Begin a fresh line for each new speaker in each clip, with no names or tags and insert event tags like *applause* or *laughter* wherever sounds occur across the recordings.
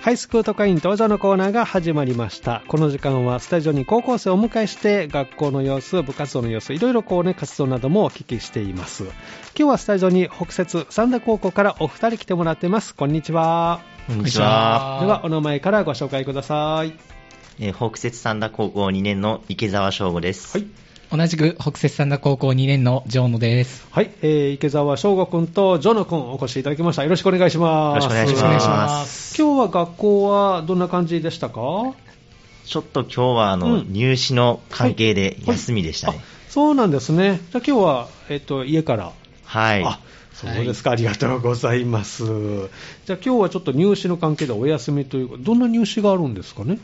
ハイスクート会員登場のコーナーが始まりました。この時間はスタジオに高校生をお迎えして、学校の様子、部活動の様子、いろいろこうね、活動などもお聞きしています。今日はスタジオに北節三田高校からお二人来てもらってます。こんにちは。
こんにちは。
では、お名前からご紹介ください。
えー北摂三田高校2年の池澤翔吾です。
はい。
同じく北摂三田高校2年の城野です。
はい、えー、池澤翔吾くんとジョノくんお越しいただきました。よろしくお願いします。。
よろしくお願いしますよろしくお願いします
今日は学校はどんな感じでしたか
ちょっと今日はあの、
うん
入試の関係で休みでしたね
あ。そうなんですね。じゃあ今日は、えっと、家から。
はい。
あ、そうですか、ありがとうございます。じゃあ今日はちょっと入試の関係でお休みということどんな入試があるんですかね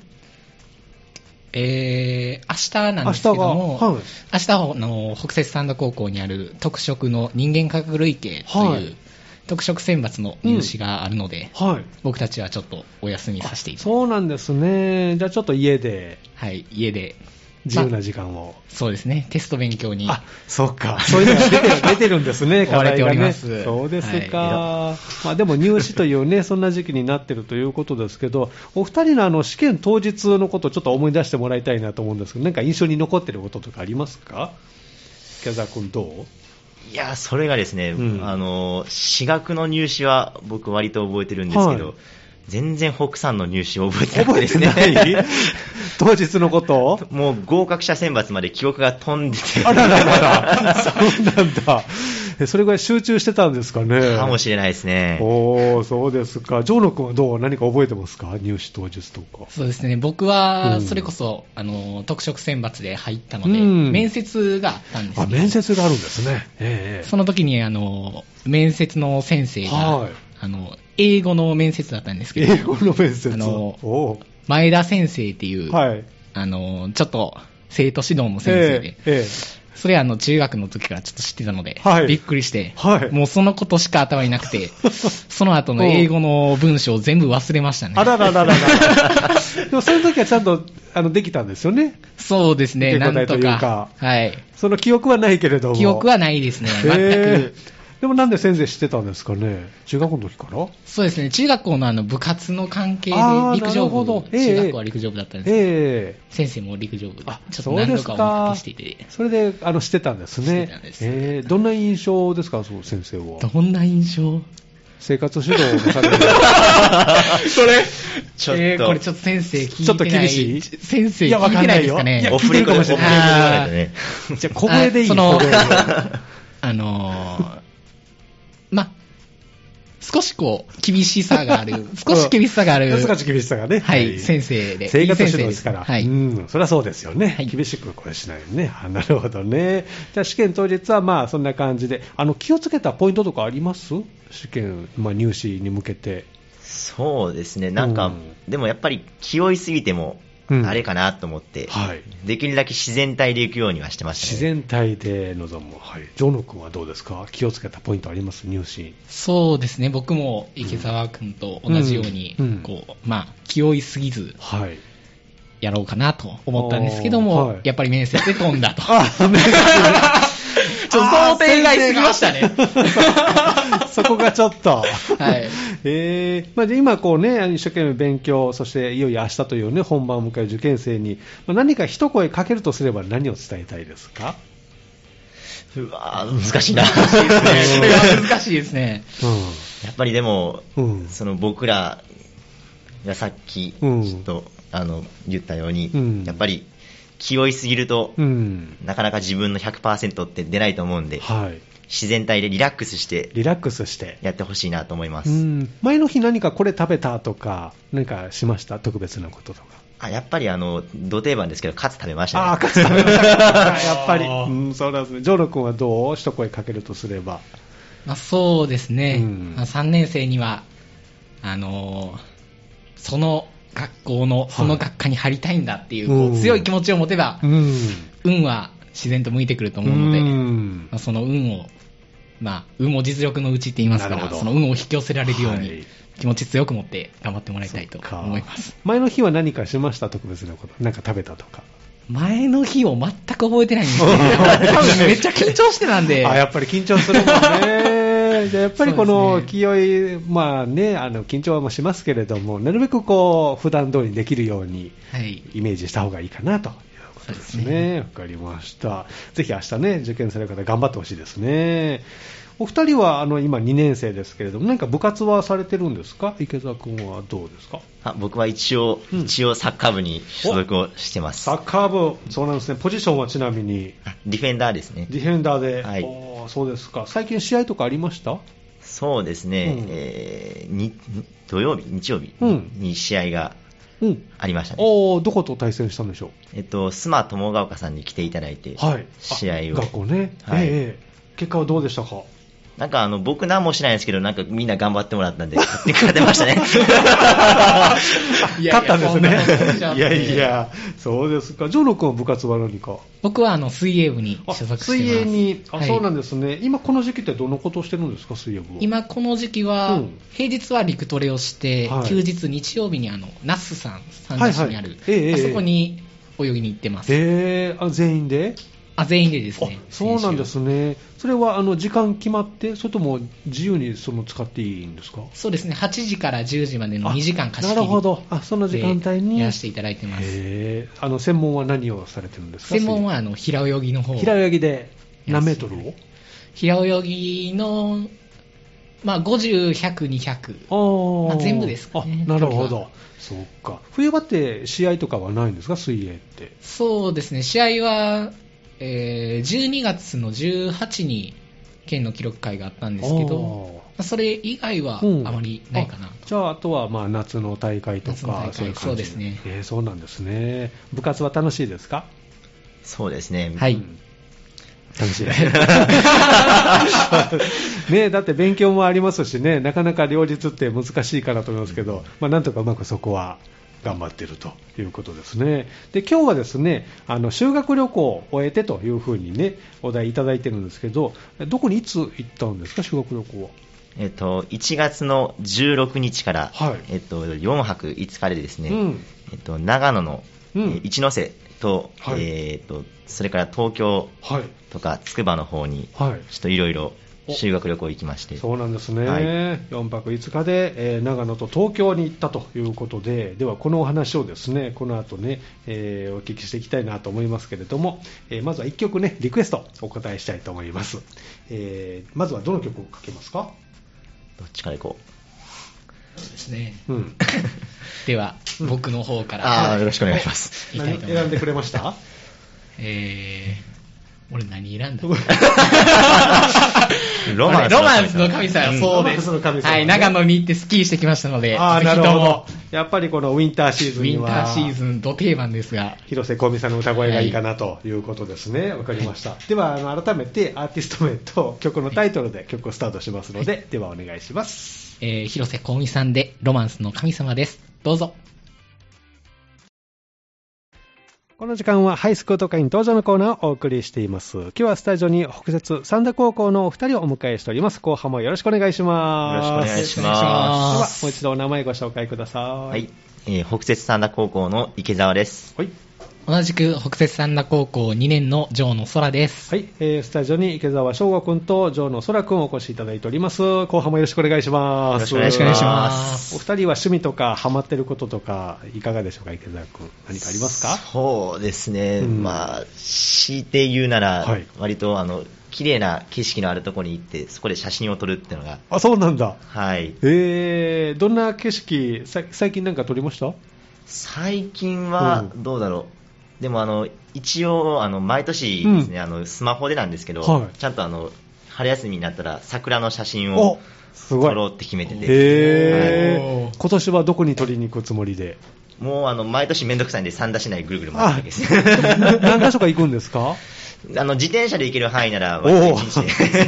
えー、明日なんですけども、
明日がはい
明日あの北摂三田高校にある特色の人間科学類系と
はいいう
特色選抜の入試があるので、
はい。
僕たちはちょっとお休みさせていただき
そうなんですね。じゃあちょっと家で
はい、家で、
自由な時間を。
そうですね、テスト勉強に。
あ、そうか。そういうのが出てる *laughs* 出てるんですね、
追われてお
課題
りま
がね
す
そうですか。まあでも入試というね、 *laughs* そんな時期になってるということですけど、お二人のあの試験当日のことをちょっと思い出してもらいたいなと思うんですけど、なんか印象に残ってることとかありますか池澤君どう
いや、それがですね、
うん
あの、私学の入試は僕割と覚えてるんですけど、
はい
全然北山の入試を覚えてな
覚
く
え
てで
て
すね。
ない *laughs* 当日のこと
*laughs* もう合格者選抜まで記憶が飛んでて、
あららら
*laughs*
ら、そうなんだ。えそれぐらい集中してたんですかね。
かもしれないですね。
おー、そうですか。ジョーノ君はどう何か覚えてますか入試当日とか。
そうですね、僕
う
は
ん
それこそ、あの特色選抜で入ったので、
うん
面接があったんです
あ、
よ
面接があるんですね。ええ
その時にあの面接の先生が、
はい
あの英語の面接だったんですけど、
英語の面接。
あの
お
前田先生っていうう、
はい。
あのちょっと生徒指導の先生で、
えええ
それあの中学の時からちょっと知ってたので、
はい
びっくりして、
はい
もうそのことしか頭になく
*laughs*
て、その後の英語の文章を全部忘れました
え
ね。
あらららららら。でもその時はちゃんとあのできたんですよね。
そうですね、
受け
なん
答えとい
と
うか
か。はい。
その記憶はないけれども。
記憶はないですね、全く。
ええでもなんで先生知ってたんですかね中学校の時から
そうですね、中学校のあの部活の関係で
あー
陸上
なるほ
部
ど、ええ
中学校は陸上部だったんですけど、
ええ
先生も陸上部で、ちょ
あ
っと
そう
何
で
度
す
か
か
お聞きしていて、
それで、あの、してたんですね。
してたんです
えーどんな印象ですか、その先生は。
どんな印象
生活指導をされてる。
*laughs* それ
ちょっと
えーこれちょっと先生聞いてない。
ちょっと厳しい
先生
いやわ
聞い
かん
て
な
ないい
よ
ですかね
いや。
オフレコで、オフレコでもないとね。
じゃあ、小声でいい
あその
小声で
あのー、ま、少しこう、厳しさがあ *laughs* る、 *laughs* 少し厳しさがある、
少し厳しさがね。
はい、先生で。
生活指
いい先
導
生
ですから。
はい。
うん、それはそうですよね。
はい
厳しくこれしないよね。あなるほどね。じゃあ、試験当日はまあ、そんな感じで。あの、気をつけたポイントとかあります試験、まあ、入試に向けて。
そうですね、なんか、
うん
でもやっぱり気負いすぎても、
うん
あれかなと思って、
はい。
できるだけ自然体で行くようにはしてました、ね。
自然体で臨む。はい。ジョノ君はどうですか気をつけたポイントあります入試。
そうですね、僕も池澤君と同じように、
うんうん
こう、まあ、気負いすぎず、
はい。
やろうかなと思ったんですけども、
おーはい
やっぱり面接で飛んだ *laughs* と。ちょ
あ、ダメ
っと想定外すぎま *laughs* したね。
*laughs* そこがちょっと。
はい。
*laughs* えーまあ、で今こう、ね、一生懸命勉強、そしていよいよ明日という、ね、本番を迎える受験生に、まあ、何か一声かけるとすれば、何を伝えたいですか、
うわー難しいな。
それは難しいですね。
やっぱりでも、
うん
その僕らがさっき、ち
う
ょ
ん
っと、あの、言ったように、
うん
やっぱり気負いすぎると、
うんうん
なかなか自分の100%って出ないと思うんで、
はい、
自然体でリラックスして
リラックスして、
やってほしいなと思いま
う
す。
ん、前の日、何かこれ食べたとか、何かしました、特別なこととか。
あやっぱりあの、土定番ですけど、カツ食べましたね。
ああ、勝つためだ
*laughs*
からやっぱり。うん、そうなんですね。ジョーロ君はどう一声かけるとすれば。
まあ、そうですね、
うん
まあ、3年生には、あのーその学校の、その学科に入りたいんだっていう、こ
うん
う強い気持ちを持てば、
ん。
運は自然と向いてくると思うので、まあ、その運を、まあ、運も実力のうちって言いますか
なる
ら、
ほど
その運を引き寄せられるよう
はい
に、気持ち強く持って頑張ってもらいたい
そ
と
っか
思います。
前の日は何かしました特別なこと。なんか食べたとか。
前の日を全
*laughs*
く覚えてないんですけど、多分めっちゃ緊張してたんで、
あ、やっぱり緊張するもんね。
*laughs*
じゃあやっぱりこ
そう
の
です
気負い、まあね、あの緊張もしますけれども、なるべくこう普段通りにできるように
はい。
イメージした方がいいかなということです
そうです
ね。わ、かりました。ぜひ明日ね、受験される方頑張ってほしいですね。お二人はあの今2年生ですけれども、何か部活はされてるんですか池澤君はどうですか
あ僕は一応、
うん
一応サッカー部に所属をしてます
サ。ッカー部、そうなんですね。ポジションはちなみに
あディフェンダーですね。
ディフェンダーで、
はい
おーそうですか最近、試合とかありました
そうですね、
うん
えーに土曜日、日曜日
うん
に試合が
うん、
ありましたね。
おーどこと対戦したんでしょ
えっと、スマ友ヶ丘さんに来ていただいて、
う、はい、あ
試合を。
学校ね、
はい
ええええ結果はどうでしたか、
なんかあの、僕何もしないんですけど、なんかみんな頑張ってもらったんで、勝手に勝てまし
*laughs*
たね。
いやいや
勝ったんです
そんなことじゃな
ね、
く
い
て
やいや、そうですか、ジョーノ君は部活は何か、
僕はあの水泳部に
あ
所属してます。
水泳に、あ
はい
そうなんですね、今、この時期ってどのことをしてるんですか、水泳部は。
今この時期は、
うん
平日は陸トレをして、
はい
休日日曜日にあのナスさん三
はい
田
は
市
い
にある、
ええ
あそこに泳ぎに行ってます、
ええあ全員で
あ全員でですね
あそうなんで
先週
すね、それはあの時間決まって、それとも自由にその使っていいんですか
そうですね8時から10時までの2時間貸し切
な
り
るほど、あその時間帯に
でやらせていただいてます
へーあの専門は何をされてるんですか
専門はあの平泳ぎの方
平泳ぎで何メートル
平泳ぎの、まあ、50、100、200
を
まあ全部ですかね
あなるほ
距離
ど
は
そうか冬場って試合とかはないんですか水泳って
そうですね、試合は、えー12月の18に県の記録会があったんですけど、まあそれ以外は
あーうん
あまりないかな
あじゃああとはまあ夏の大会と
夏の大
か
会
そういう感じ
そうですね
えーそうなんですね部活は楽しいですか
そうですね。
はい
うん楽しい *laughs* ねだって勉強もありますしね、なかなか両立って難しいかなと思いますけど、まあ、なんとかうまくそこは頑張ってるということですね。で、今日はですね、あの修学旅行を終えてというふうにね、お題いただいてるんですけど、どこにいつ行ったんですか、修学旅行は。
えっと、1月の16日から、
はい
えっと、4泊5日でですね、
うん
えっと、長野の、
うん
えー一ノ瀬と、
はい
えーっと、それから東京
はい。
とか筑波の方に、ちょ
はい。
っといろいろ修学旅行行きまして、
そうなんですね、
はい
4泊5日で、えー長野と東京に行ったということで、ではこのお話をですねこの後ね、えーお聞きしていきたいなと思いますけれども、えーまずは1曲ね、リクエスト、お答えしたいと思います。えーまずはどの曲をかけますか、
どっちから行こ
ですね。
うん、
*laughs* では、僕の方か
う。
ら、
ああ、よろしくお願いします。
いきたいと思
選
いま
ん
す。
でくれま
*laughs*
した
えー、俺何選ん
*laughs*
だ
ロマンスの神様
ロマンス
ロマンスの
うん
の神様、そうです。
神様ね
はい、長野に行ってスキーしてきましたので、
あー
ぜ
な
ひ
る
と
ほ
も
ど、やっぱりこのウィンターシーズ
ウ
ンに
ィン
は
ターシーズン、ど定番ですが、
広瀬香美さんの歌声がいいかなということですね、わ、かりました。ではあの、改めてアーティスト名と曲のタイトルで曲をスタートしますので、ではお願いします。
えー広瀬香美さんで、ロマンスの神様です。どうぞ。
この時間はハイスクート会員登場のコーナーをお送りしています。今日はスタジオに北節三田高校のお二人をお迎えしております。後半もよろしくお願いします。
よろしくお願い
で
しま
は、
す
もう一度お名前ご紹介ください。
はい。、えー北摂三田高校の池澤です。
はい。
同じく北摂三田高校2年の城野空です。
はい、えースタジオに池澤翔吾君と城野空君をお越しいただいております。後半もよろしくお願いします。
よろしくお願いします
お二人は趣味とかハマってることとかいかがでしょうか、池澤君。何かありますか？
そうですね、
うん
まあ、強いて言うなら、
はい
割とあの綺麗な景色のあるところに行って、そこで写真を撮るっていうのが、
あ、そうなんだ。
はい、
えー、どんな景色さ最近なんか撮りました？
最近は
うん
どうだろう、でもあの一応、あの毎年ですね、あの、スマホでなんですけど、
はい
ちゃんとあの春休みになったら、桜の写真
お
を、
すご
撮
い。
ろうって決めてて、
へー
おー
今年はどこに撮りに行くつもりで *laughs*
もうあの毎年めんどくさいんで、三田市内ぐるぐる回ってるわけです。
*laughs* 何箇所か行くんですか
あの自転車で行ける範囲なら、割と一日で。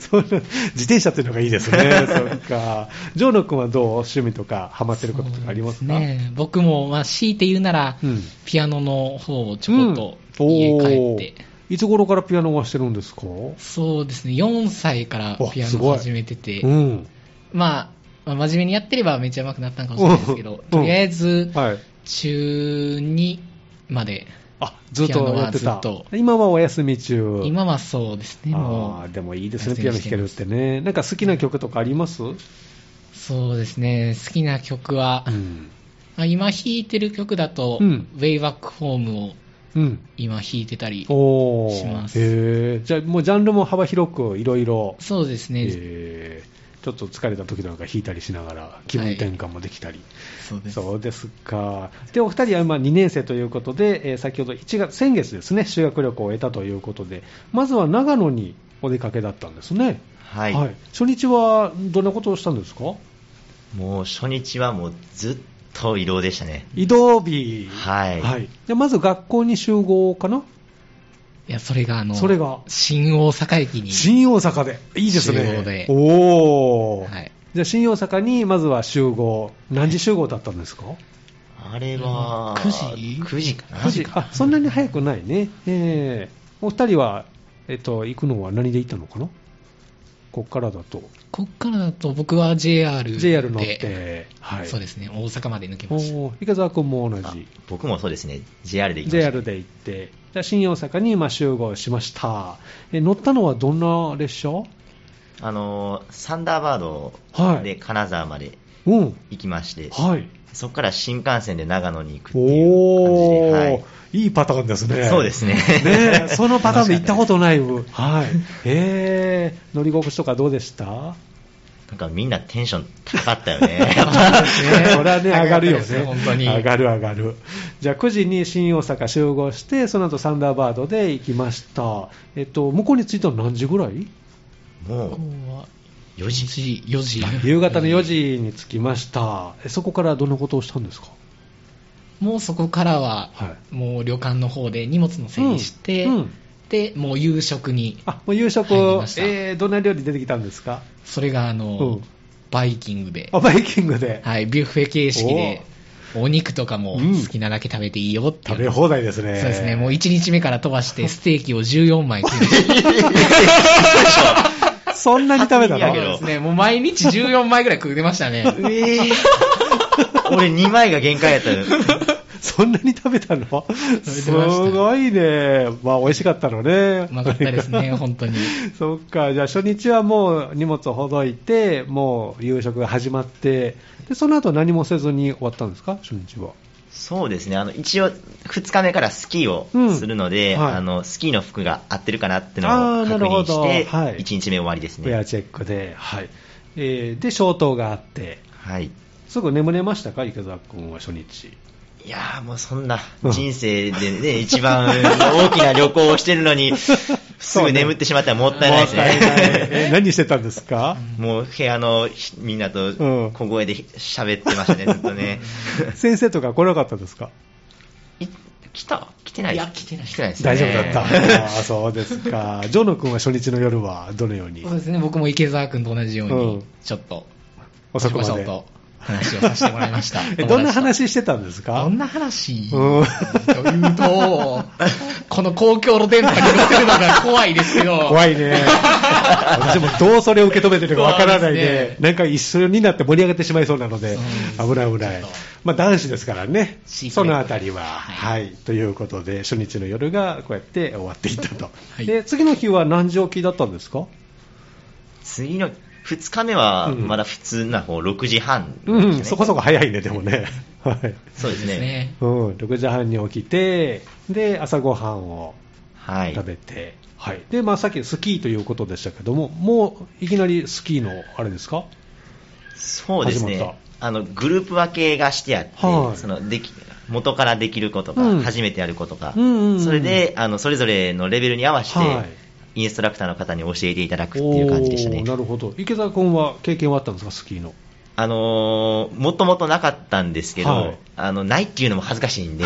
*laughs* そう自転車っていうのがいいです *laughs* ねそっかジョーノ君はどう趣味とかハマってることとかありますか
そうですね、僕も、まあ、強いて言うなら、
うん
ピアノの方をちょこっと
うん
家帰
お
っ
ー
て、
いつ頃からピアノはしてるんですか
そうですね、4歳からピア
おすご
ノ
い
始めてて、
うん
まあ、まあ真面目にやってればめっちゃ上手くなったんかもしれないです
う
け
ん
ど、とりあえず、
はい
中2まで
あ、ずっとやってた
ピアノはずっ。
今はお休み中。
今はそうですね、
あ
も
あ
う
ー、でもいいですね、ピアノ弾けるってね。なんか好きな曲とかありますう
そうですね、好きな曲は、
ん。
あ今弾いてる曲だと、
うん
ウェイバックホームを
うん。
今弾いてたり、
お
し
ー。
ます
へえ。じゃあ、もうジャンルも幅広くいろいろ。
そうですね、
へーちょっと疲れた時なんか弾いたりしながら、気分転換もできたり。
そうです。
そうですか。で、お二人は今2年生ということで、えー先ほど1月、先月ですね、修学旅行を得たということで、まずは長野にお出かけだったんですね。
*laughs* はい、
初日はどんなことをしたんですか
もう初日はもうずっと移動でしたね。
移動日。
はい
でまず学校に集合かない
や、それがあの、
それが
新大阪駅に、
新大阪で。いいです
集合
ね
で。
おお、
はい、
じゃあ新大阪にまずは集合。何時集合だったんですか
あれは、
9時
?9 時かな
9時。あ、そんなに早くないね。えーお二人は、えっと、行くのは何で行ったのかなこっからだと。
こっからだと僕は JR で、
JR 乗って。はい。
そうですね、大阪まで抜けました。
おー池澤君も同
あ
じ。
僕もそうですね、JR で行きました。
JR で行って、じゃあ新大阪にまあ集合しました。え乗ったのはどんな列車
あのー、サンダーバードで金沢まで
うん。
行きまして、
はい。
そこから新幹線で長野に行くっていう
お
感じで、
ー、い、いパターンですね。
そうですね
ねえそのパターンで行ったことない。はい。えー、乗り心地とかどうでした
*laughs* なんかみんなテンション高かったよね。や
*laughs*
っぱ
ね、これ
*laughs*
はね、上がるよ
上がったです
ね。
ね本当に
上がる上がる。じゃあ9時に新大阪集合して、その後サンダーバードで行きました。えっと、向こうに着いたの何時ぐらい
もう4時。
4時、4時。
夕方の4時に着きました。えそこからどんなことをしたんですか
もうそこからは、
は
もう旅館の方で荷物の整理して、
うんうん
で、もう夕食に、
あ、もう夕食
入り
を
ま、した
えー、どんな料理出てきたんですか
それがあの、
うん
バイキングで
あ、、バイキングで。
はい、ビュッフェ形式で、お肉とかも
うん
好きなだけ食べていいよっていう
食べ放題ですね。
そうですね、もう1日目から飛ばして、ステーキを14枚食いました。
そんなに食べた
初耳や
の
け
そう
ど
ですね、もう毎日14枚ぐらい食ってましたね。
*laughs*
俺2枚が限界やったよ。
そんなに食べたの
た
すごいね。まあ、美味しかったのね。
うまかったで
*laughs*
すね、本当に。
そっか、じゃあ初日はもう荷物をほどいて、もう夕食が始まって、でその後何もせずに終わったんですか、初日は。
そうですね、あの一応、2日目からスキーをするので、
うんはい
あのスキーの服が合ってるかなっていうの
あー
を
な
確
るほ
認
ど
して、
はい
1日目終わりです
ウェア
ね。
チェックで、はいえーで、消灯があって、
はい、
すぐ眠れましたか、池澤君は初日。
いやー、もうそんな
うん
人生でね、一番大きな旅行をしてるのに、
*laughs*
すぐ眠ってしまったらもったいないです
もったいない
ね。
え
*laughs*
何してたんですか、
*laughs* もう部屋のひみんな
う
と
ん
小声で喋ってましたね、ずっと
*laughs*
ね。
先生とか来なかったですか、
い来た来てない
いや来てない
来てないですね。
大丈夫だった、あーそうですか、ジョノ君は初日の夜はどのように
そうですね、僕も池澤君と同じよう
うん
に、ちょっと、
遅くま
ちょ
で
っと話をさせてもらいました
*laughs* 。えどんな話してたんですか
どんな話
うん
というと、この公共の電波に乗ってるのが怖いですけど、
怖い
*laughs*
ね。私もどうそれを受け止めてるかわからない
そうで
です
ね
なんか一緒になって盛り上がってしまいそうなので、
そう
危ない危ない
ちょっと。
まあ男子ですからね、
シークレット
そのあたりは、は、
はい
ということで、初日の夜がこうやって終わっていったと。
はい
で、次の日は何時起きだったんですか
次の2日目は
うん
まだ普通な方6時半です
う
ね、
ん、そこそこ早いね、でもね。はい。
そうですね
うん、6時半に起きて、で、朝ごはんを
はい
食べて、はい。で、まあさっきスキーということでしたけども、もういきなりスキーのあれですか
そうです
始まっ
ねあのグループ分けがしてあって、
はい
そのでき元からできることか、
うん
初めてやることか、
うんうんうん
それであのそれぞれのレベルに合わせて、
はい
インストラクターの方に教えていただくっていう感じでしたね
おーなるほど。池田君は経験はあったんですか、スキーの。
あのーもともとなかったんですけど、
はい
あの、ないっていうのも恥ずか
*laughs*
しいんで、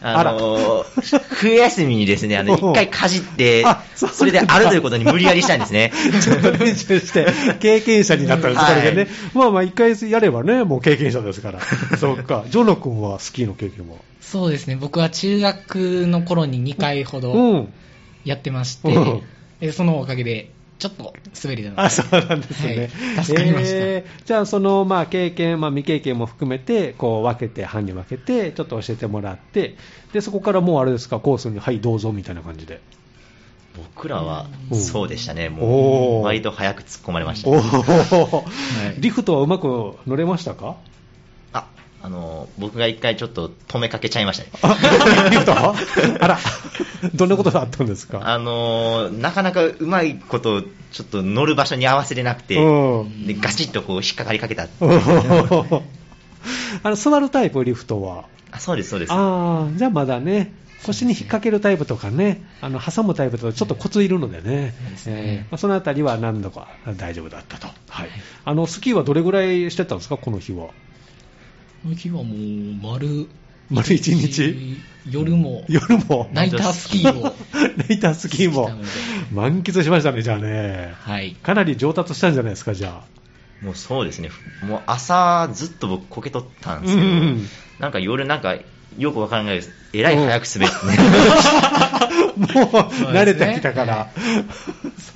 あ
あ
ら
のー冬休みにですね、あの、
おう
一回かじって
あ、そう
それであるということに無理やりしたんです
*laughs*
ね。
ちょっと練習 *laughs* して、経験者になったんです、
はい
これでね。まあまあ、一回やればね、もう経験者です *laughs* から。そっか。ジョナ君はスキーの経験は。
そうですね、僕は中学の頃に2回ほ
う
ど
ん。
やってまし
うん
て、えそのおかげで、ちょっと滑りだな
あそうなんですね、
はい助かりました
じゃあその、まあ、経験、まあ、未経験も含めてこう分けて班に分けてちょっと教えてもらってでそこからもうあれですかコースにはいどうぞみたいな感じで
僕らは
うん
そうでしたね、
お
も
ー
う割と早く突っ込まれました
お
ね、
お、
い
*laughs* リフトはうまく乗れましたか
ああの僕が一回ちょっと止めかけちゃいましたね、
あリフトあらどんなことがあったんですか
あのなかなかうまいこと、ちょっと乗る場所に合わせれなくて、
うん
でガチッとこう引っかかりかけた、
おーあの座るタイプリフトは
あそうです、そうです、
ああ、じゃあまだね、腰に引っ掛けるタイプとかね、あの挟むタイプとちょっとコツいるのでね、えーまあそのあたりは何度か大丈夫だったと、はい、あのスキーはどれぐらいしてたんですか、この日は。
この日はもう丸
丸一日
夜も
夜
*laughs*
も、
ナイタースキーを
ナイタースキーも
したので
満喫しましたね、じゃあね。
はい
かなり上達したんじゃないですか、じゃあ。
もうそうですね、もう朝ずっと僕、こけとったんですけど、
うん
なんか夜、なんかよくわからないです、えらい早く滑ってね、
*laughs* もう慣れてきたから、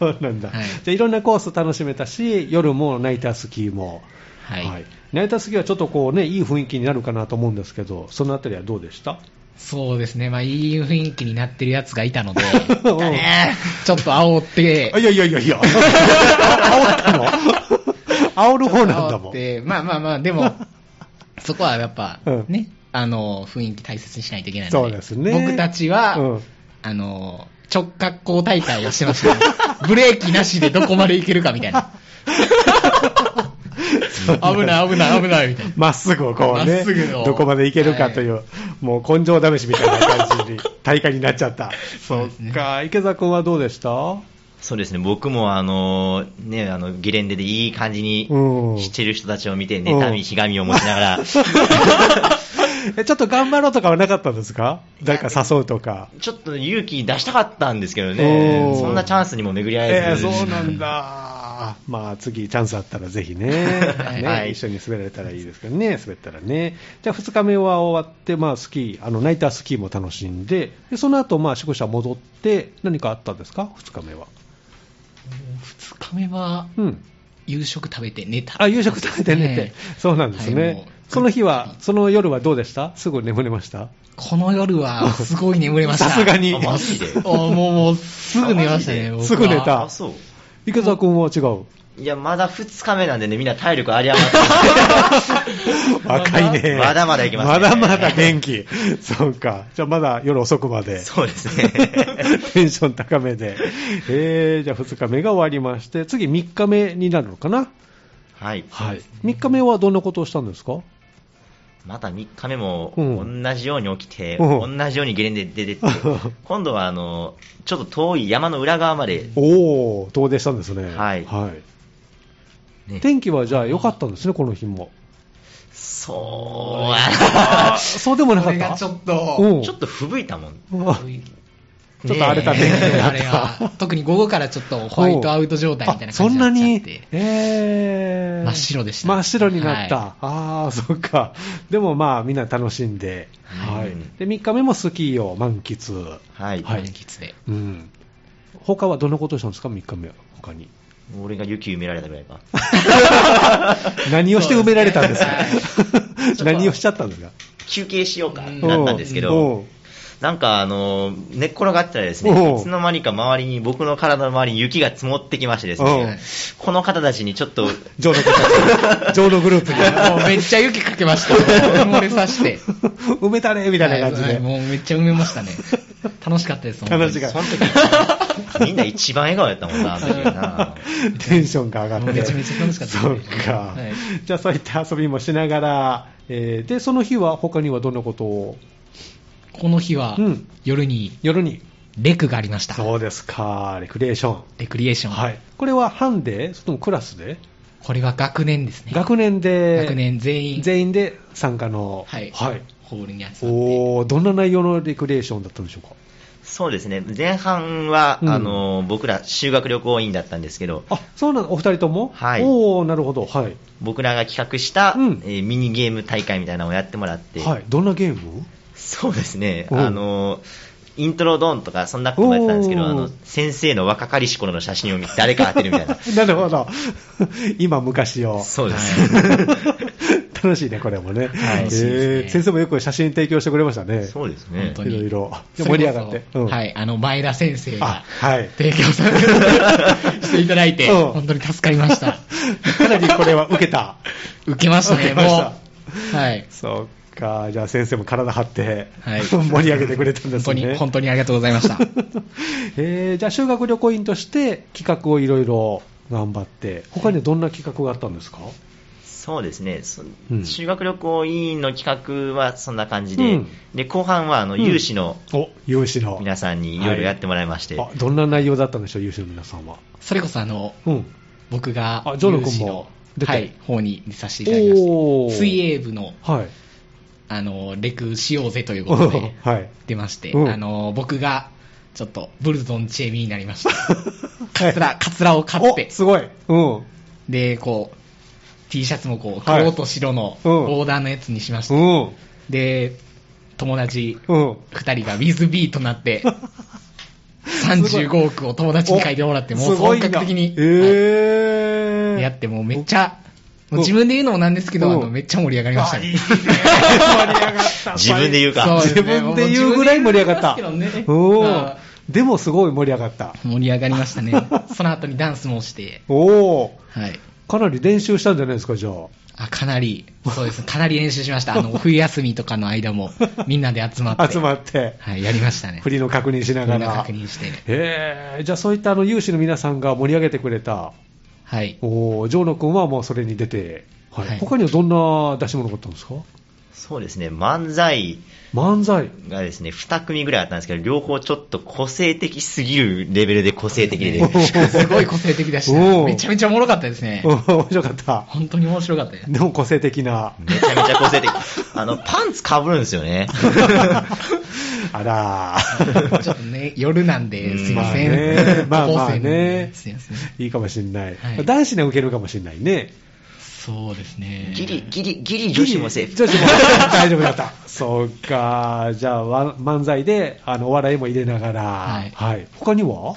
そう,、なんだ、
はい
じゃあいろんなコース楽しめたし、夜もナイタースキーも、
はい、
ナイタースキーはちょっとこうね、いい雰囲気になるかなと思うんですけど、そのあたりはどうでした
そうですねまあいい雰囲気になってるやつがいた
*laughs*
ので
だ
ね
ちょっと煽って
いやいやいやい
*laughs*
や、煽ったの煽る方なんだ
煽
も
っ
ん。
てまあまあまあで
*laughs*
もそこはやっぱ
うん
ね、あの雰囲気大切にしないといけないの
そ
で
うですね。
僕たちは、
うん
あの直角行大会をしてましたね、
*laughs*
ブレーキなしでどこまで行けるかみたいな危ない危ない危ないみたいな
まっすぐをこう
ま
ね
っすぐ、を
どこまでいけるかという、もう根性試しみたいな感じに大会になっちゃった。
*laughs* そうですね
か、池澤君はどうでした
そうですね、僕もあの、ね、あのゲレンデでいい感じに
うん
してる人たちを見て、
ん
妬み、ひがみを持ちな
*laughs*
がら、
えちょっと頑張ろうとかはなかったんですか誰か誘うとか。
ちょっと勇気出したかったんですけどね
お、ー
そんなチャンスにも巡り合
え
え
ー
ず、
そうなんだ。まあ次チャンスあったらぜひね
はいは
ね
い
一緒に滑れたらいいですけどね、滑ったらね。じゃあ2日目は終わって、まあスキー、あの、ナイタースキーも楽しんで、でその後、まあ宿舎戻って、何かあったんですか ?2 日目は。
2日目は
うん。
夕食食べて寝た
あ、夕食食べて寝て。
ええ
そうなんです
はい
ね
もう。
その日は、その夜はどうでしたすぐ眠れました
この夜はすごい眠れました
さすがに
あマジで。
*laughs* おもうもうすぐ寝まし
*laughs*
たね
マジ
僕は
ですぐ寝た
あ、そう。
*laughs* 池澤君は違う。
いや、まだ2日目なんでね、みんな体力あり余って
*laughs* 若いね。
まだまだいけますね
まだまだ元
*laughs*
気。そうか。じゃあまだ夜遅くまで。 *laughs*
そうですね。
テンション高めで。えー、じゃあ2日目が終わりまして、次3日目になるのかな
はい。
はい。3日目はどんなことをしたんですか
また3日目も
うん
同じように起きて、
うん
同じようにゲレンデで出
*laughs*
てって、今度はあの、ちょっと遠い山の裏側まで、
おー、遠出したんですね。
はいね
天気はじゃあ良かったんですね、この日
*laughs*
も。
そう
あ
は、
そうでもなか
こ
っ
れ
た
がちょっと
うん
*laughs* ちょっと吹雪いたもん。
うわちょっと荒れた *laughs* 天気
ね
に
え
な
あ
っ
れ
た。
は特に午後からちょっとホワイトアウト状態みたいな感じになっちゃって
あそんなに、えー
真っ白でした
真っ白になった、
はい
ああそっかでもまあみんな楽しんで,、
は
は
い
い、で3日目もスキーを満喫、
はい。
はい
満喫で
うん、他はどんなことをしたんですか3日目は他
*laughs*
に
俺が雪埋められたぐらい
*laughs*
か。
何をして埋められたんですか
すね
*laughs* 何をしちゃったんですか
休憩しようか、
うん
なったんですけ
お
ど
う、
なんかあの、寝っ転がってたらです
お
ね、
う
いつの間にか周りに、僕の体の周りに雪が積もってきましてです
おう
ね、この方たちにちょっと、
ジョーの子たちジョーのグループ
もう
に
めっちゃ雪かけました。埋もれさして。
*laughs* 埋めたねみたいな感じ
は
で
いもうめっちゃ埋めましたね。楽しかったです、本当に
楽しかっ
その時、みんな一番笑顔やったも
*laughs*
んな、あの時な。
テンションが上がって
めちゃめちゃ楽しかったです
そ
ね
うか、
はい
じゃあそういった遊びもしながら、えーでその日は他にはどんなことを
この日は
うん
夜に
夜に
レクがありました。
そうですかレクリエーション、
レクリエーション。
はい、これは班でそれともクラスで、
これは学年ですね。
学年で
学年全員
全員で参加の
はい
はい、
ホールに集まって。
おーどんな内容のレクリエーションだったんでしょうか
そうですね、前半は、
うん
あの、僕ら修学旅行委員だったんですけど、
あそうなのお二人とも
はい
おーなるほどはい、
僕らが企画した、
うん
えーミニゲーム大会みたいなのをやってもらって、
はい、どんなゲーム
そうですね、
うん
あの、イントロドンとか、そんなこともやってたんですけど、
おー
あの、先生の若かりし頃の写真を見て、誰か当てるみたい
*laughs*
な。
*laughs* なるほど。今、昔を。
そうです。
*laughs* 楽しいね、これもね。
は
え
い楽しいです
ー
ね
先生もよく写真提供してくれましたね。
そうです
本
ね
当。
い
に
ろいろ。
それ
盛
こそ
り上がって。うん
はい、あの、前田先生
あ
が、
はい。
提供
*laughs*
させてしていただいて、
うん
本当に助かりました。
*laughs* かなりこれは受けた。
受けました
受け
ね、
ました
もう。はい。
そうか、じゃあ先生も体張って、
はい
*laughs* 盛り上げてくれたんで
本
す
当
ね。
に、本当にありがとうございました。
*laughs* えーじゃあ修学旅行員として企画をいろいろ頑張って、他にはどんな企画があったんですか、
そうですね。そ
うん
修学旅行委員の企画はそんな感じで、
うん
で、後半は、あの、
うん
有志の
お、有志の。
皆さんにいろいろやってもらいまして、
あ、どんな内容だったんでしょう、有志の皆さんは。
それこそ、あの、
うん。
僕が、
あジョノ君も
有志の
出て
はい、方に出させていただきまし
おー
た。水泳部の、
はい。、
あの、レクしようぜということで
はい。
出まして、
うん
あの、僕が、ちょっと、ブルゾンチェミになりまし
*laughs*
た。
は
カ
い
ツラ、カツラを買っ
お
て、
すごい。うん。
で、こう、T シャツもこう、
はい
黒と白の
うん
ボーダーのやつにしまして、
うん。
で、友達
うん。
2人が WithB とな
*laughs*
って、35億を友達に書いてもらって、も
お
う
すごい
本
な
格的に、
えー。
はいやって、もうめっち
ゃ。
ゃ、もう自分で言うのもなんですけど、
うん
あのめっちゃ盛り上がりましたね。
盛り上がった。
自分で言うか。
そう
自分で言うぐらい盛り上がった。
そうですね
お
もう自分で言うぐらい
ーでもすごい盛り上がった。
盛り上がりましたね。その後にダンスもして、
おお、
はい。
かなり練習したんじゃないですか、じゃあ。
あかなり、そうですね、かなり練習しました。
*laughs*
あの、冬休みとかの間も、みんなで集まって。
集まって、
はい、やりましたね。
振りの確認しなが
みんな
ら。
確認して。
へえ、じゃあそういったあの有志の皆さんが盛り上げてくれた、
はい。
おージョーノ君はもうそれに出て、はい
はい
他にはどんな出し物があったんですか
そうですね、漫才
漫才。
がですね、2組ぐらいあったんですけど、両方ちょっと個性的すぎるレベルで個性
*laughs*
的で、
そうですね
すごい個性的だし
お
た。
う
めちゃめちゃおもろかったですね
お。ー *laughs* 面白かった。
本当に面白かっ
*laughs*
たです。
でも個性的な。
めちゃめちゃ個性的。あの、パンツ被るんですよね。
*laughs* あら
*laughs*
ー
ちょっとね、夜なんで、すいませ
うん
ん。
まあねまあまあ
高校生なん
ね
で。すいません。
いいかもしんない。
はい
男子には受けるかもしんないね。
そうですね。
ギリ、ギリ、ギリ女子もセーフ。
女子も大丈夫だっ
*laughs*
た。そうか。じゃあ、わ漫才で、あの、お笑いも入れながら。は。
はいい
他には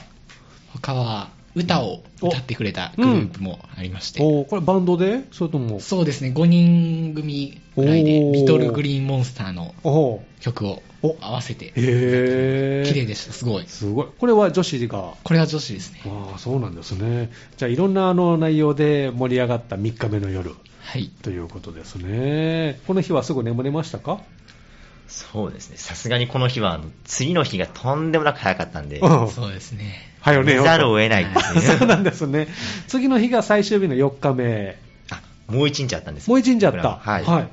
他は、歌を歌ってくれたグループもありまして。
おーこれバンドでそれとも。
そうですね、5人組ぐらいで、
おう
リトルグリーンモンスターの
おー
曲を
お
合わせて、
へえ。
綺麗でした、すごい。
すごい。これは女子が。
これは女子ですね。
ああ、そうなんですね。じゃあ、いろんなあの内容で盛り上がった3日目の夜
はい。
ということですね。この日はすぐ眠れましたか
そうですね、さすがにこの日は、あの次の日がとんでもなく早かったんで、
う
寝
ん。
そうですね。
はよねよと。
ざるを得ないっていう
そう *laughs*
ね。
なんですね。次の日が最終日の4日目。
あ、もう一日あったんです。
もう一日あっ
僕
た。
らはい。
あ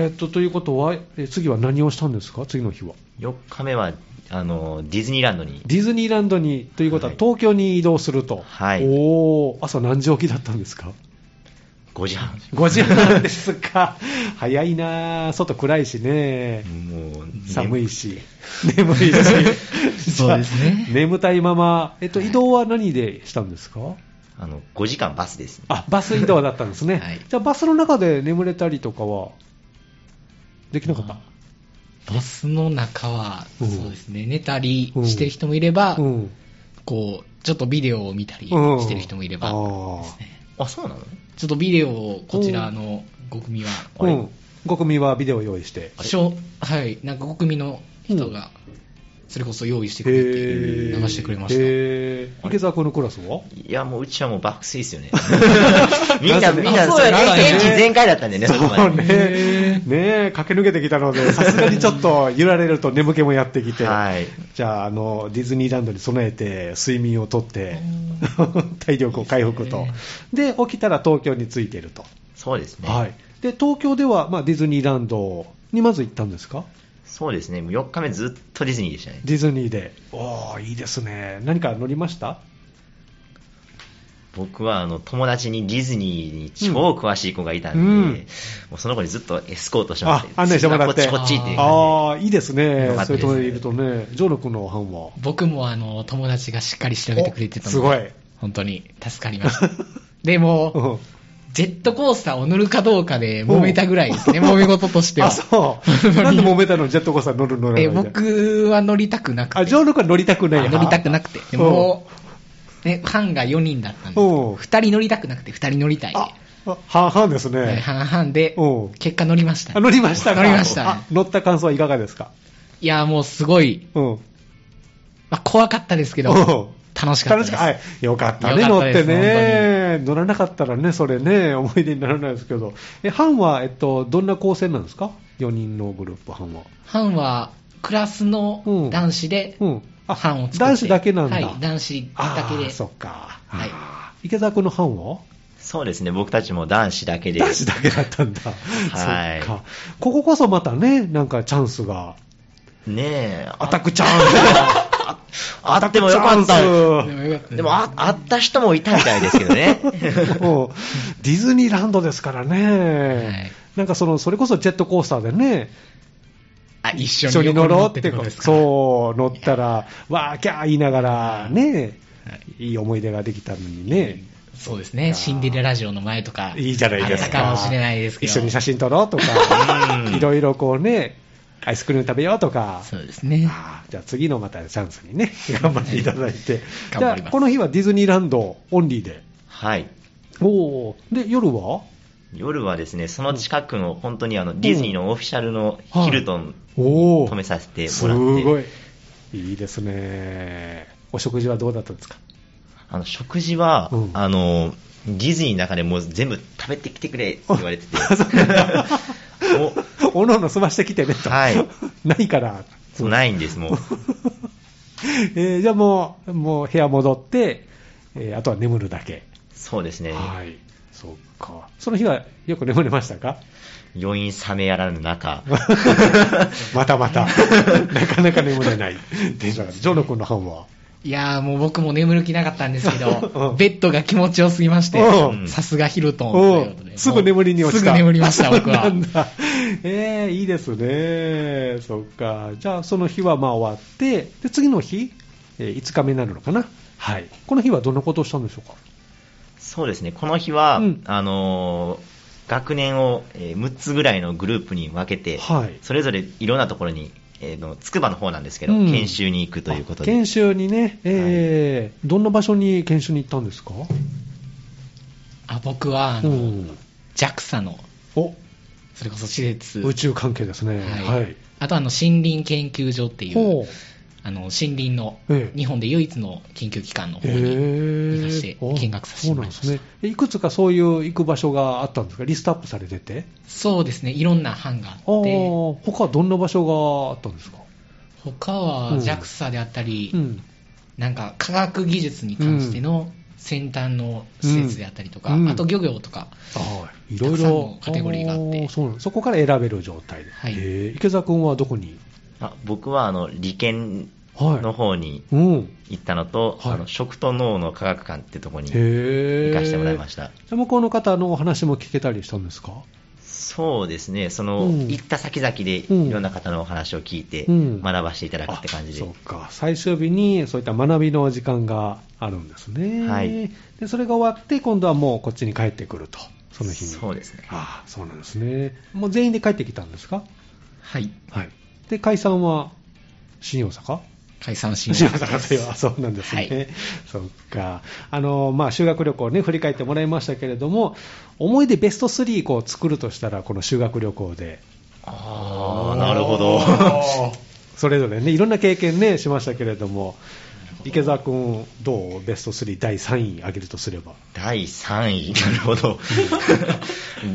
えっと、ということは、え次は何をしたんですか次の日は。
4日目は、あの、ディズニーランドに、
ディズニーランドに、ということは
はい
東京に移動すると。
はい
おー朝何時起きだったんですか
5時半。
?5 時半ですか。早いなぁ。外暗いしね。
もう、
寒
い。
いし。眠 *laughs* いし。
そうですね
じゃあ眠たいまま。えっと、移動は何でしたんですか、
あの、5時間バスです。
あ、バス移動だったんですね。
はい
じゃあ、バスの中で眠れたりとかは、できなかった、
バスの中は、
う
そ
ん
うですね、寝たりしてる人もいれば、
うん。
こう、ちょっとビデオを見たり
うん
してる人もいれば、
あー
ですね
あ、そうなの
ちょっとビデオをこちらの5組は、
あれ
うん。5組はビデオ用意して。
しょはい、なんか5組の人が、それこそ用意してくれて、
へー
流してくれました
へー池澤君のクラスはい
や、もううちはもう爆睡
*laughs*
ですよね。みんな、みんな、
あそ
そう
や
うや
ったね
元気全開だったんでね、そこま
*laughs*
で。
ねねえ、駆け抜けてきたの
*laughs*
で、さすがにちょっと揺られると眠気もやってきて、
はい
じゃああの、ディズニーランドに備えて、睡眠をとって、 *laughs* 体力を回復と、で起きたら東京に着いてると、
そうですね。
はい、で東京では、まあ、ディズニーランドにまず行ったんですか、
そうですね。もう4日目ずっとディズニーでしたね。
ディズニーで、おー、いいですね、何か乗りました
僕はあの友達にディズニーに超詳しい子がいたんで、
うん
もうその子にずっとエスコートしてもらっ
あ
て、
案内してもらって、
こっちこっちっていう感
ああー、いいですね
よ、かっ
そ
た
うい
で
う
す
ところにいるとね、ジョーノ君の班は。
僕もあの友達がしっかり調べてくれてたので、
おすごい *laughs*
*laughs*
本当に助かりました。でも、
うん
ジェットコースターを乗るかどうかで揉めたぐらいですね、揉め事としては
あ、。そう。
*laughs*
なんで揉めたのジェットコースター乗る乗らない
え
みたいな
僕は乗りたくなくて。
あ、上陸は乗りたくない
あ乗りたくなくて。でも
う
う、ね、班が4人だったんで、
おう
2人乗りたくなくて2人乗りたい。
あ、あ半々です
はい
ね。
半々で
おう、
結果乗りました
あ。乗りましたか
乗りました
あ乗った感想はいかがですか
いや、もうすごい、
うん。
まあ、怖かったですけど、
おう
楽しかったです。
はいよかったね、
よ
乗
か
っ
った
て
です
ね。乗らなかったらね、それね、思い出にならないですけど。え、班は、えっと、どんな構成なんですか ?4 人のグループ班は。
班は、クラスの男子で、
うん。あ
班を作って。
男子だけなんだ。
はい、男子だけ
あー
で。
そっか。
はい
あー池澤君の班は
そうですね、僕たちも男子だけで。
男子だけだったんだ。
はい
そっか。こここそまたね、なんかチャンスが。
ねえ、
アタックチャンス
あってもよかった。
でもよかった
でもあ、あった人もいたみたいですけどね。 *laughs*
*laughs* もうディズニーランドですからね、
はい
なんかそのそれこそジェットコースターでね、
あ一緒
一
に
緒に乗ろうって
て
こ
こととですか。
そう、乗ったら、わーキャー言いながらね、
はい
いい思い出ができたのにね、
そうですね。シンデレラ城の前とか。
いいじゃないですか、
あったかもしれないですけど。
一緒に写真撮ろうとか、
うん
いろいろこうね、アイスクリーム食べようとか。
そうですね。
あーじゃあ次のまたチャンス
*laughs*
にね、頑張っていただいて。じ
頑張
ゃ
ります
あこの日はディズニーランドオンリーで。
はい。
おーで、夜は
夜はですね、その近くの本当にあのディズニーのオフィシャルの
はい
ヒルトン
おー
止めさせて
す
もらって、
ごい。いいですね。お食事はどうだったんですか *laughs*
あの食事は、
うん
あのディズニーの中でもう全部食べてきてくれって言われてて、もう
おのおの済ましてきてねと。
はい。
*laughs* ないから。 *laughs*
そうないんです、もう。
えーじゃあもう、もう部屋戻って、えーあとは眠るだけ。
そうですね、
はい。そっか。その日はよく眠れましたか
余韻冷めやらぬ中、
*laughs* またま
*laughs*
た。なかなか眠れない。でしょ。ジョノ君の班は。
いやーもう僕も眠る気なかったんですけ
*laughs* うん
ど、ベッドが気持ちよすぎまして
う、
ん
さすがヒルトンということ
お
で。
すぐ眠りに落ちた。
すぐ眠りま
*laughs*
した、僕は。
なんだ。えー、いいですね。そっか。じゃあ、その日はまあ終わって、で、次の日、えー5日目になるのかな。はい。この日はどんなことをしたんでしょうか。
そうですね、この日は、
うん
あのー学年を、えー6つぐらいのグループに分けて、
はい
それぞれいろんなところに、えーの筑波の方なんですけど、
うん
研修に行くということ
あ研
で、
修にね、えーどんな場所に研修に行ったんですか
あ僕は、あ
う
の
ん。
JAXA の、
お、
それこそ施設。
宇宙関係ですね。
は
はいい。
あとあの森林研究所ってい
ほ
う、あの森林の
ええ
日本で唯一の研究機関の
へ
方に
ー
行かして見学させてもらいました
あそうなんですね。いくつかそういう行く場所があったんですかリストアップされてて。
そうですねいろんな班があ
あ
って
ー他はどんな場所があったんですか
他
う
は
ん
JAXA であったり、
うん。
なんか科学技術に関しての先端の施設であったりとか、
うん
あと漁業とか、
はい。い
た
ろ
く
い
さん
ろ
の。カテゴリーがあって
ーそうなんそこから選べる状態で。
はい
へー池澤君はどこに
あ僕はあの理研
はい。
の方に
うん。
行ったのと、
はい
あの食と脳の科学館ってとこに行
へ。
かせてもらいました
じゃ
た。
あ向こうの方のお話も聞けたりしたんですか
そうですね、その、
うん
行った先々で
うん
いろんな方のお話を聞いて、
うん
学ばせていただくって感じで、
あそうか。最終日にそういった学びの時間があるんですね。
はい。
で、それが終わって、今度はもうこっちに帰ってくると。その日に。
そうですね
ああ、そうなんですね。もう全員で帰ってきたんですか
はい、
はい。で、解散は、新大阪
解散しま
西
し
山さん *laughs* というあそうなんですね、
はい
そっか、あのまあ、修学旅行ね、振り返ってもらいましたけれども、思い出ベスト3こう作るとしたら、この修学旅行で、
ああ、なる
*laughs*
ほど。
それぞれね、いろんな経験ね、しましたけれども、池澤君、どう、ベスト3、第3位挙げるとすれば、
第3位、なる
*laughs*
ほど。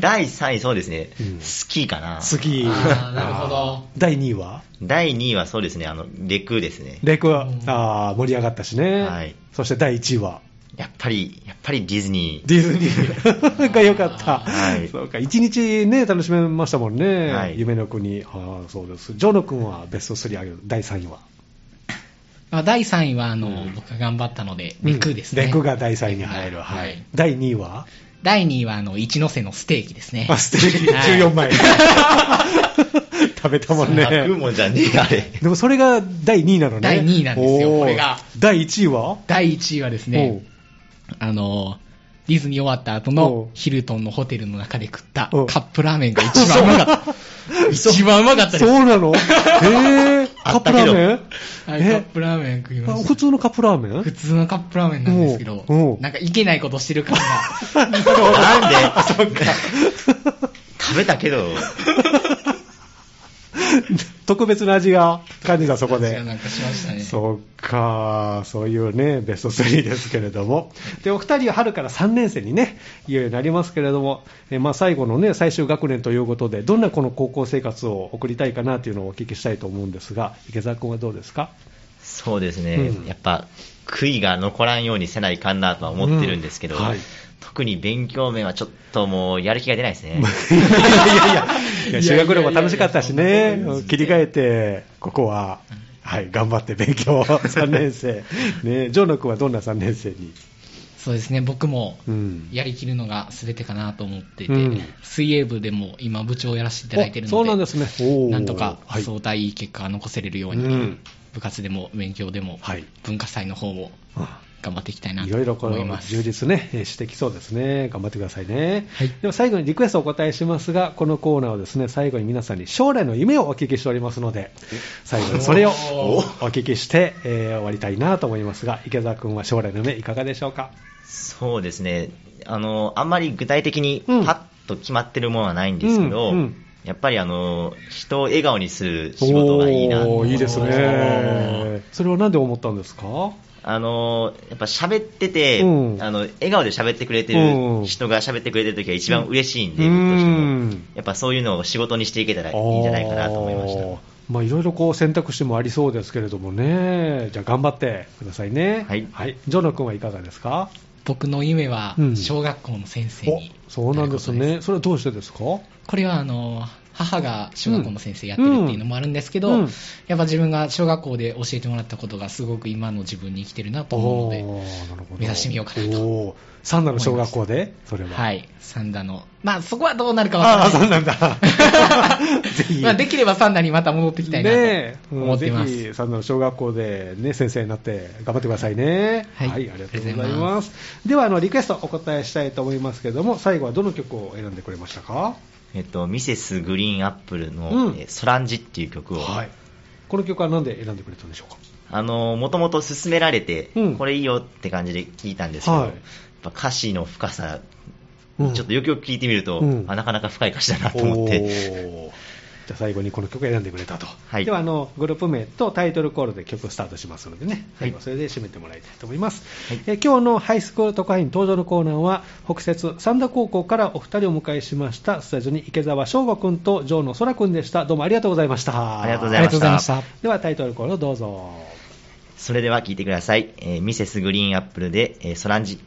第3位、そうですね、
うん
スキーかな。
好き、
あーなるほど
あー第2位は、
第2位はそうですね、あの、レクですね。
レイクは
うん
あー盛り上がったしね、
はい
そして第1位は、
やっぱり、やっぱりディズニー。
ディズニ
*laughs*
ーが良かった。
はい
そうか、一日ね、楽しめましたもんね。
はい
夢の国。ああ、そうです。ジョノ君はベスト3あげる。第3位は。
まあ、第3位はあの、僕が頑張ったので、レクですね。
レクが第3位に入る。
はい
はい。
はい
第2位は
第2位はあの一ノ瀬のステーキですね。
あ、ステーキ
はい
14枚。
*laughs*
食べたも
*laughs*
ん
あ食う
ね。
もんじゃねえ、あれ。
*laughs* でもそれが第2位なのね。
第二位なんですよ
おー
これが
第1位は
第1位はですね、あの、ディズニー終わった後
おう
のヒルトンのホテルの中で食ったカ
おう
ップラーメンが一番うまかった。一番うまかったで
そ
す。
うな
*laughs*
のえー、カ
あ
ッ
っ
プ
たけ
ラ
ど
ーメン
はい、カップラーメン食い
あ
ま
普
した。
通のカップラーメン
普通のカップラーメンなんですけど
おうお、う
なんかいけないことしてる感が。
なんで
*laughs*
食べたけど、
*laughs* 特別な味が感じた *laughs* そこ
*laughs*
で。
なんかしましたね。
そうか、そういうね、ベスト3ですけれども。で、お二人は春から3年生にね、いよいよなりますけれども、えまあ最後のね、最終学年ということで、どんなこの高校生活を送りたいかなというのをお聞きしたいと思うんですが、池澤君はどうですか
そうですね、
うん
やっぱ悔いが残らんようにせないかんなとは思ってるんですけど、
うんはい
特に勉強面はちょっともうやる気が出ないですね。
いやいやいやいや、
い
修
やいや
学旅行楽しかったし
いやいや
ね
いや、
切り替えて、ここは、はい、頑張って勉
*laughs*
強を3年生。ね、ジョーノ君はどんな3年生に
そうですね、僕も
うん。
やりきるのが全てかなと思ってて、
うん
水泳部でも今部長をやらせていただいてるので、
おそうなんですね。おー
なんとか
はい。
相対いい結果が残せれるよう
う
に、
ん。
部活でも勉強でも、
はい。
文化祭の方も頑張っていきたいないと
ろいろこ
思い
の
ます。
充実ね、えーしてきそうですね。頑張ってくださいね。
はい
では最後にリクエストお答えしますが、このコーナーはですね、最後に皆さんに将来の夢をお聞きしておりますので、最後にそれを
お
お聞きして、えー終わりたいなと思いますが、池澤君は将来の夢いかがでしょうか
そうですね、あの、あんまり具体的にパ
うん
ッと決まってるものはないんですけど、
うんうん
やっぱりあの、人を笑顔にする仕事がいいなと
おーいいです
お
ね
ー。
それはなんで思ったんですか
あのやっぱ喋ってて、
うん
あの笑顔で喋ってくれて
うん
る人が喋ってくれてる時が一番嬉しいんで、
うん
僕としても
うん
やっぱそういうのを仕事にしていけたらいいんじゃないかなと思いまし
あー
た。
まあ、いろいろこう選択肢もありそうですけれどもね、じゃあ頑張ってくださいね。
はい
ジョノ君はいかがですか
僕の夢は
うん
小学校の先生
お
に、
そうなんです
なる
ね。それはどうしてですか
これはあの母が小学校の先生やってるっていうのもあるんですけど、
うんうん
やっぱ自分が小学校で教えてもらったことがすごく今の自分に生きてるなと思うので、
ーなるほど
目指してみようかなと
おーサンダの小学校で、それは。。
はいい、三段の、まあそこはどうなるかわから
あ
な
あ、
いで
そう
す *laughs*
なんだ。 *laughs* ぜひ。
まあできれば三段にまた戻っていきたいな
ね
と
え、
思ってます。
ぜひ、三田の小学校でね、先生になって頑張ってくださいね。
はい
ありがとうござい
ありがとうござい
ま。
ます
では、あの、リクエストお答えしたいと思いますけども、最後はどの曲を選んでくれましたか
えっと、ミセスグリーンアップルの、
うん
えソランジっていう曲を、
はい。この曲は何で選んでくれたんでしょうか
あのもともと勧められて、
うん
これいいよって感じで聞いたんですけど、
はい
やっぱ歌詞の深
う
さ、
ん
ちょっとよくよく聞いてみると、
うん
あなかなか深い歌詞だなと思って、
おーじゃあ最後にこの曲を選んでくれたと。
はい
では、あの、グループ名とタイトルコールで曲スタートしますのでね、
は
最
い
後それで締めてもらいたいと思います。
はい
えー今日のハイスクール特派員登場のコーナーは、北節三田高校からお二人をお迎えしました、スタジオに池澤翔吾君と城野空君でした。どうもありがとうございました。
ありがとうご
あ
ざ
り
いま
がと
し
うございま
た
し。た。
では、タイトルコールをどうぞ。
それでは聞いてください。えーミセスグリーンアップルで、えーソランジ。